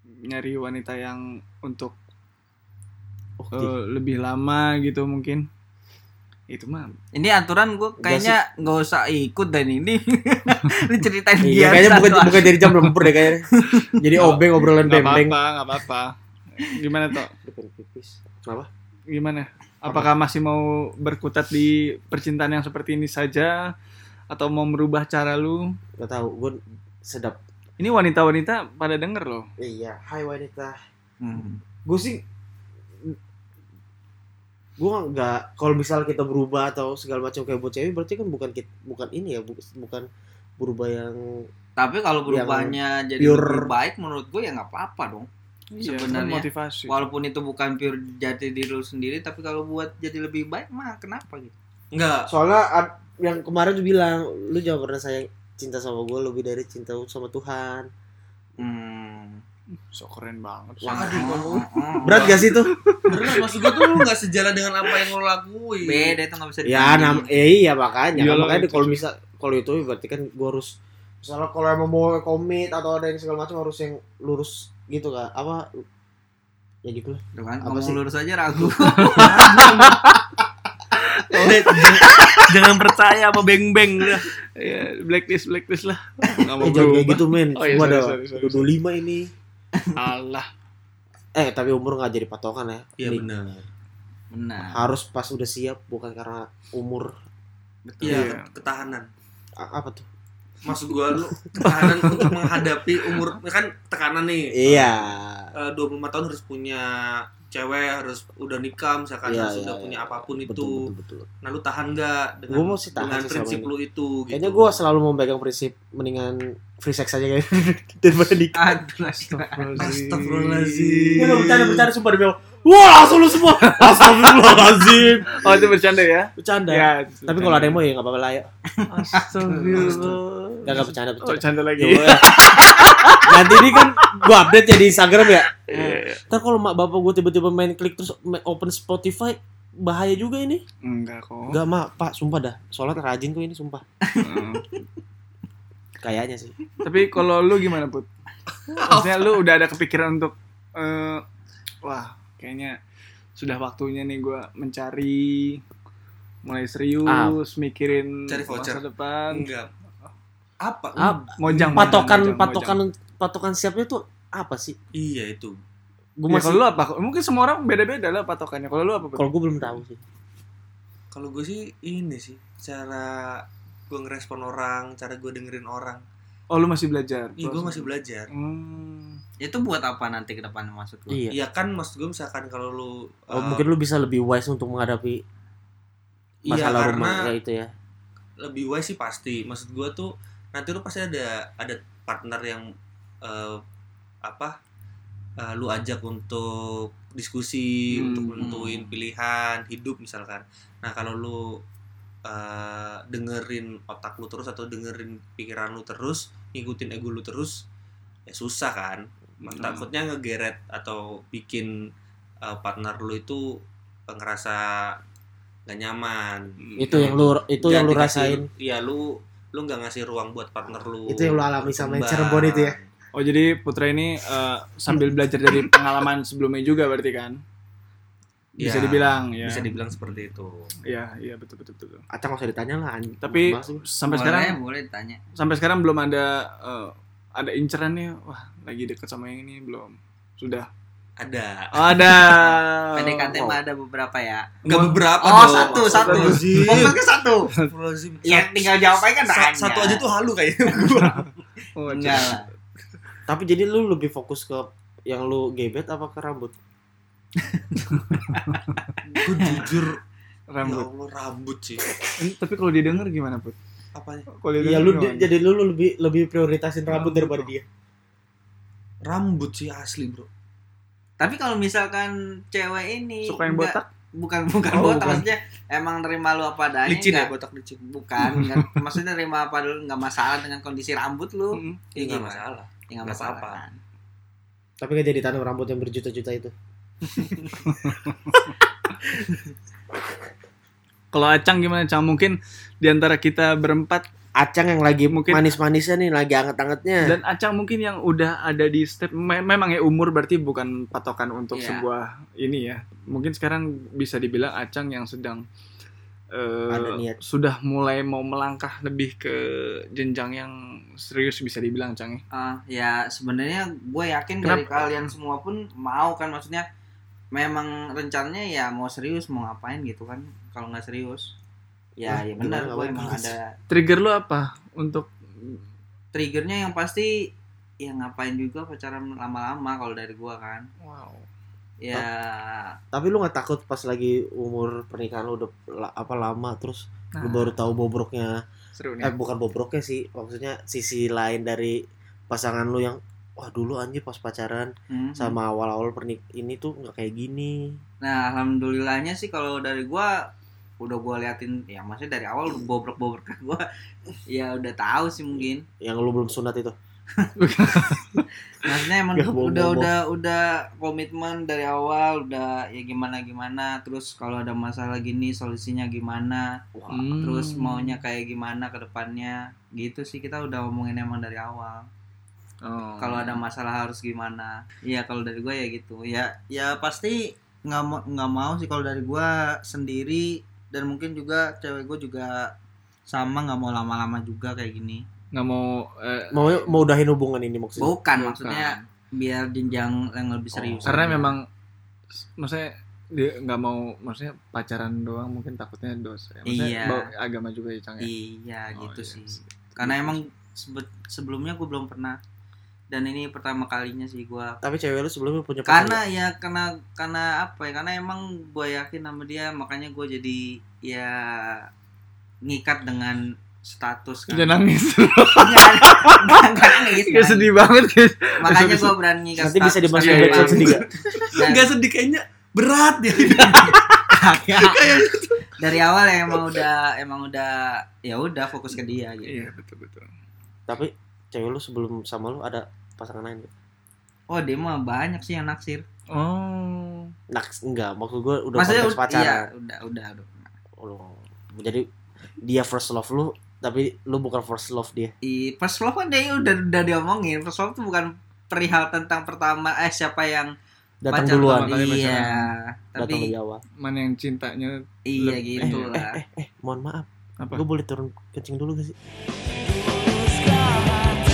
Speaker 2: nyari wanita yang untuk
Speaker 4: Ukti.
Speaker 2: eh, lebih lama gitu mungkin itu mah
Speaker 5: Ini aturan gue kayaknya nggak usah ikut dan ini ini ceritain
Speaker 4: iya,
Speaker 5: dia.
Speaker 4: kayaknya bukan
Speaker 5: satu-
Speaker 4: bukan dari jam lembur deh kayaknya. Jadi
Speaker 2: Nggak-
Speaker 4: obeng obrolan
Speaker 2: nggak
Speaker 4: bembeng.
Speaker 2: apa-apa nggak apa-apa gimana toh
Speaker 4: Pipis. Kenapa?
Speaker 2: gimana? Apakah masih mau berkutat di percintaan yang seperti ini saja atau mau merubah cara lu?
Speaker 4: Gak tahu. Gue sedap.
Speaker 2: Ini wanita-wanita pada denger loh.
Speaker 4: Iya. Hai wanita.
Speaker 5: Hmm.
Speaker 4: Gue sih gue nggak kalau misal kita berubah atau segala macam kayak buat cewek berarti kan bukan kit- bukan ini ya bu- bukan berubah yang
Speaker 5: Tapi kalau berubahnya jadi
Speaker 4: Iya, pure-
Speaker 5: lebih baik menurut gue ya nggak apa-apa dong.
Speaker 2: Iya,
Speaker 5: Sebenarnya,
Speaker 2: kan motivasi.
Speaker 5: Walaupun itu bukan pure jati diri lu sendiri, tapi kalau buat jadi lebih baik mah kenapa gitu?
Speaker 3: enggak
Speaker 4: soalnya ad- yang kemarin tuh bilang lu jangan pernah sayang cinta sama gue lebih dari cinta lu sama Tuhan
Speaker 5: Hmm.
Speaker 2: So keren banget.
Speaker 5: Wah,
Speaker 3: Waduh,
Speaker 5: oh,
Speaker 3: waduh.
Speaker 5: oh, oh.
Speaker 4: berat gak sih itu
Speaker 3: bener maksud gua tuh lu nggak sejalan dengan apa yang lo lakuin
Speaker 5: Beda itu nggak bisa
Speaker 4: ya
Speaker 5: ditandingin.
Speaker 4: nam ya iya makanya
Speaker 2: Iya
Speaker 4: Kan
Speaker 2: lah,
Speaker 4: makanya
Speaker 2: itu
Speaker 4: kalau bisa kalau itu berarti kan gue harus misalnya kalau emang mau komit atau ada yang segala macam harus yang lurus gitu kak apa ya gitu lah
Speaker 5: Tuh kan,
Speaker 4: Apa
Speaker 5: ngomong
Speaker 4: sih?
Speaker 5: lurus aja ragu.
Speaker 2: Jangan percaya apa beng-beng lah. Iya, blacklist blacklist lah. Enggak mau
Speaker 4: eh jangan kayak
Speaker 2: berubah.
Speaker 4: gitu men
Speaker 2: Oh, iya, sorry,
Speaker 4: semua ada
Speaker 2: sorry, sorry,
Speaker 4: udah dua lima ini
Speaker 2: Allah.
Speaker 4: eh tapi umur nggak jadi patokan ya
Speaker 3: iya
Speaker 4: Nih,
Speaker 3: bener
Speaker 5: Benar.
Speaker 4: harus pas udah siap bukan karena umur
Speaker 5: Betul.
Speaker 3: iya
Speaker 2: Iya.
Speaker 3: ke- ketahanan
Speaker 4: A- apa tuh
Speaker 3: maksud gua lu ketahanan untuk menghadapi umur kan tekanan nih Eh,
Speaker 4: iya
Speaker 3: dua puluh tahun harus punya cewek harus udah nikah misalkan
Speaker 4: Iya,
Speaker 3: harus
Speaker 4: iya,
Speaker 3: udah
Speaker 4: iya.
Speaker 3: punya apapun
Speaker 4: betul,
Speaker 3: itu
Speaker 4: betul, betul.
Speaker 3: nah lu tahan nggak dengan
Speaker 4: Gua mau sih tahan
Speaker 3: dengan
Speaker 4: sih sama
Speaker 3: prinsip
Speaker 4: ini.
Speaker 3: lu itu gitu
Speaker 4: Kayaknya gue selalu memegang prinsip mendingan free sex aja kayak daripada nikah.
Speaker 5: Aduh,
Speaker 3: Astagfirullahaladzim.
Speaker 4: Ini bercanda bercanda sumpah demi Allah. Wah langsung lu semua. Astagfirullahaladzim.
Speaker 2: Oh, itu bercanda ya?
Speaker 4: Bercanda.
Speaker 2: Ya.
Speaker 4: Tapi kalau ada yang mau ya nggak apa-apa lah. Ayo.
Speaker 2: Astagfirullah.
Speaker 4: Gak, gak bercanda
Speaker 2: Oh,
Speaker 4: bercanda.
Speaker 2: bercanda lagi.
Speaker 4: Coba. Nanti ini kan gue update ya di Instagram ya.
Speaker 2: Iya, iya.
Speaker 4: Ntar kalau mak bapak gue tiba-tiba main klik terus ma- open Spotify bahaya juga ini.
Speaker 2: Enggak kok.
Speaker 4: Enggak mak, pak sumpah dah. Soalnya rajin kok ini sumpah.
Speaker 2: Heeh.
Speaker 4: Kayaknya sih.
Speaker 2: Tapi kalau lu gimana put? Maksudnya lu udah ada kepikiran untuk eh, wah kayaknya sudah waktunya nih gue mencari mulai serius mikirin
Speaker 3: Cari voucher. Hmm.
Speaker 2: masa depan.
Speaker 3: enggak
Speaker 2: Hmm.
Speaker 3: apa
Speaker 4: Ah,
Speaker 2: Mojang mojang,
Speaker 4: patokan
Speaker 2: mojang, mojang.
Speaker 4: patokan patokan siapnya tuh apa sih?
Speaker 3: iya itu
Speaker 4: Gue
Speaker 2: Ya,
Speaker 4: masih
Speaker 2: kalau lu apa? Mungkin semua orang beda-beda lah patokannya. Kalau lu apa? Put?
Speaker 4: kalau gue belum tahu sih.
Speaker 3: kalau gue sih ini sih cara gue ngerespon orang cara gue dengerin orang
Speaker 2: Oh lu masih belajar.
Speaker 3: Ih, gue masih belajar
Speaker 2: Hmm.
Speaker 5: Itu buat apa nanti ke depan maksud lu?
Speaker 4: Iya.
Speaker 3: Iya kan maksud gue misalkan kalau lu
Speaker 4: Oh,
Speaker 3: eh,
Speaker 4: mungkin lu bisa lebih wise untuk menghadapi
Speaker 3: iya,
Speaker 4: masalah
Speaker 3: karena
Speaker 4: rumah ya itu ya.
Speaker 3: lebih wise sih pasti maksud gue tuh nanti lu pasti ada ada partner yang eh, apa eh, lu ajak untuk diskusi
Speaker 2: Hmm.
Speaker 3: untuk menentuin pilihan hidup misalkan nah kalau lu eh, dengerin otak lu terus atau dengerin pikiran lu terus ngikutin ego lu terus ya susah kan Mak-
Speaker 2: Hmm.
Speaker 3: takutnya ngegeret atau bikin eh, partner lu itu eh, ngerasa nggak nyaman
Speaker 4: Itu
Speaker 2: Iya.
Speaker 4: yang lu itu yang lu
Speaker 3: Jangan dikasih-
Speaker 4: rasain.
Speaker 3: iya lu lu nggak ngasih ruang buat partner lu
Speaker 4: Itu yang lu alami sama yang
Speaker 3: berkembang.
Speaker 4: Cirebon itu ya?
Speaker 2: Oh jadi Putra ini eh, sambil belajar dari pengalaman sebelumnya juga berarti kan? Bisa
Speaker 3: Iya,
Speaker 2: dibilang ya.
Speaker 3: bisa dibilang seperti itu
Speaker 2: Iya iya betul betul betul.
Speaker 4: Acah nggak usah ditanya lah. anj-
Speaker 2: Tapi
Speaker 4: bahas lu.
Speaker 2: sampai
Speaker 5: boleh,
Speaker 2: sekarang
Speaker 5: boleh tanya.
Speaker 2: sampai sekarang belum ada eh, ada inceran nih wah lagi deket sama yang ini belum sudah
Speaker 3: ada
Speaker 2: Oh, ada
Speaker 5: PDKT
Speaker 2: Wow.
Speaker 5: mah ada beberapa ya.
Speaker 3: nggak beberapa
Speaker 5: Oh,
Speaker 3: dong.
Speaker 5: satu, satu.
Speaker 3: Astagfirullahaladzim.
Speaker 5: Pokoknya satu.
Speaker 3: Astagfirullahaladzim.
Speaker 5: Ya tinggal jawab aja kan
Speaker 3: Sa-
Speaker 5: nanya.
Speaker 3: satu aja tuh halu kayaknya
Speaker 2: Oh,
Speaker 5: Enggak
Speaker 2: cek.
Speaker 5: lah.
Speaker 4: Tapi jadi lu lebih fokus ke yang lu gebet apa ke rambut?
Speaker 3: gue jujur
Speaker 2: rambut
Speaker 3: rambut. ya Allah rambut sih
Speaker 2: Eh, tapi kalau didengar gimana put
Speaker 3: apanya
Speaker 2: kalau didengar
Speaker 4: Iya lu
Speaker 2: gimana?
Speaker 4: jadi lu, lu lebih lebih prioritasin
Speaker 2: Rambut
Speaker 4: rambut daripada
Speaker 2: dong.
Speaker 4: dia.
Speaker 3: Rambut sih asli bro.
Speaker 5: Tapi kalau misalkan cewek ini
Speaker 2: Suka yang
Speaker 5: nggak-
Speaker 2: botak?
Speaker 5: Bukan bukan
Speaker 4: Oh,
Speaker 5: botak
Speaker 4: bukan.
Speaker 5: maksudnya emang nerima lu apa adanya.
Speaker 3: Licin ya
Speaker 5: nggak-
Speaker 3: botak licin.
Speaker 5: Bukan, nggak- maksudnya nerima apa lu nggak masalah dengan kondisi rambut lu.
Speaker 2: Mm.
Speaker 5: Ya
Speaker 3: Iya nggak
Speaker 5: gimana?
Speaker 3: masalah.
Speaker 5: Ya nggak
Speaker 3: Nggak
Speaker 5: masalah.
Speaker 3: apa-apa.
Speaker 5: kan.
Speaker 4: Tapi nggak jadi tanam rambut yang berjuta-juta itu.
Speaker 2: Kalau Acang gimana Cang? Mungkin di antara kita berempat
Speaker 4: Acang yang lagi
Speaker 2: Mungkin-
Speaker 4: manis-manisnya nih, lagi anget-angetnya.
Speaker 5: Eh.
Speaker 2: dan Acang mungkin yang udah ada di step me- memang ya umur berarti bukan patokan untuk
Speaker 5: Iya.
Speaker 2: sebuah ini ya. Mungkin sekarang bisa dibilang Acang yang sedang eh,
Speaker 4: Ada niat.
Speaker 2: sudah mulai mau melangkah lebih ke jenjang yang serius bisa dibilang Cang. ya.
Speaker 5: Eh, ya sebenarnya gue yakin dari kalian semua pun mau kan maksudnya memang rencananya ya mau serius mau ngapain gitu kan kalau nggak serius
Speaker 4: Wah,
Speaker 5: ya ya
Speaker 4: gimana
Speaker 5: benar gue
Speaker 4: awal
Speaker 5: emang
Speaker 4: males.
Speaker 5: ada
Speaker 2: Trigger lu apa untuk
Speaker 5: triggernya yang pasti ya ngapain juga pacaran lama-lama kalau dari gue kan
Speaker 2: wow.
Speaker 5: ya
Speaker 4: Tapi lu nggak takut pas lagi umur pernikahan lu udah la- apa lama terus
Speaker 2: Nah.
Speaker 4: lu baru tahu bobroknya.
Speaker 2: Seru
Speaker 4: Eh bukan bobroknya sih, maksudnya sisi lain dari pasangan lu yang wah dulu anjir pas pacaran
Speaker 5: mhm.
Speaker 4: sama awal-awal pernik ini tuh nggak kayak gini.
Speaker 5: nah alhamdulillahnya sih kalau dari gue udah gue liatin ya maksudnya dari awal bobrok-bobrok gue ya udah tahu sih mungkin
Speaker 4: Yang lu belum sunat itu.
Speaker 5: maksudnya emang
Speaker 4: Gak bobo-bobo.
Speaker 5: udah udah udah komitmen dari awal udah ya gimana gimana terus kalau ada masalah gini solusinya gimana
Speaker 2: Hmm.
Speaker 5: terus maunya kayak gimana ke depannya gitu sih kita udah ngomongin emang dari awal
Speaker 2: Oh.
Speaker 5: kalau ada masalah harus gimana iya kalau dari gue ya gitu ya ya pasti nggak mau nggak mau sih kalau dari gue sendiri dan mungkin juga cewek gue juga sama nggak mau lama-lama juga kayak gini
Speaker 2: nggak mau eh,
Speaker 4: Mau mau udahin hubungan ini maksudnya.
Speaker 5: bukan Kan maksudnya biar jenjang yang lebih serius
Speaker 2: karena
Speaker 5: aja.
Speaker 2: memang s- maksudnya dia nggak mau maksudnya pacaran doang mungkin takutnya dosa ya. maksudnya
Speaker 5: Iya.
Speaker 2: bawa agama juga ya Cang ya?
Speaker 5: Iya
Speaker 2: Oh,
Speaker 5: gitu
Speaker 2: iya.
Speaker 5: sih. Karena emang sebe- sebelumnya gue belum pernah dan ini pertama kalinya sih gue.
Speaker 4: Tapi cewek lu sebelumnya punya pasangan.
Speaker 5: Karena ya karena karena apa ya? Karena emang gue yakin sama dia makanya gue jadi ya ngikat dengan status kan.
Speaker 2: udah nangis
Speaker 5: Enggak, enggak, enggak nangis.
Speaker 2: Gak
Speaker 5: kan.
Speaker 2: sedih banget guys.
Speaker 5: Makanya gue berani kan. ngikat
Speaker 4: nanti bisa dimasukin
Speaker 2: Iya,
Speaker 5: karena
Speaker 2: iya.
Speaker 4: backsound
Speaker 5: emang-
Speaker 4: sedih nggak?
Speaker 5: dan-
Speaker 3: Gak sedih kayaknya berat ya.
Speaker 5: dari awal ya emang udah emang udah ya udah fokus ke dia gitu.
Speaker 2: iya betul betul
Speaker 4: Tapi cewek lu sebelum sama lu ada pasangan lain nggak?
Speaker 5: Oh dia mah banyak sih yang naksir.
Speaker 2: oh
Speaker 4: Naks Nah, enggak, maksud gue udah
Speaker 5: Maksudnya
Speaker 4: konteks
Speaker 5: ud-
Speaker 4: pacaran.
Speaker 5: iya, udah udah udah.
Speaker 4: Oh, jadi dia first love lu tapi lu bukan first love dia
Speaker 5: I, first love kan dia udah udah diomongin. First love itu bukan perihal tentang pertama eh siapa yang
Speaker 4: datang
Speaker 5: pacar
Speaker 4: duluan
Speaker 2: pertama kali
Speaker 5: Iya.
Speaker 2: pacaran.
Speaker 4: datang
Speaker 5: Tapi
Speaker 4: lebih awal
Speaker 2: mana yang cintanya
Speaker 5: iya
Speaker 2: Lebih-
Speaker 5: gitu lah.
Speaker 4: eh mohon maaf
Speaker 2: apa
Speaker 4: gue boleh turun kencing dulu gak sih
Speaker 6: Teruskan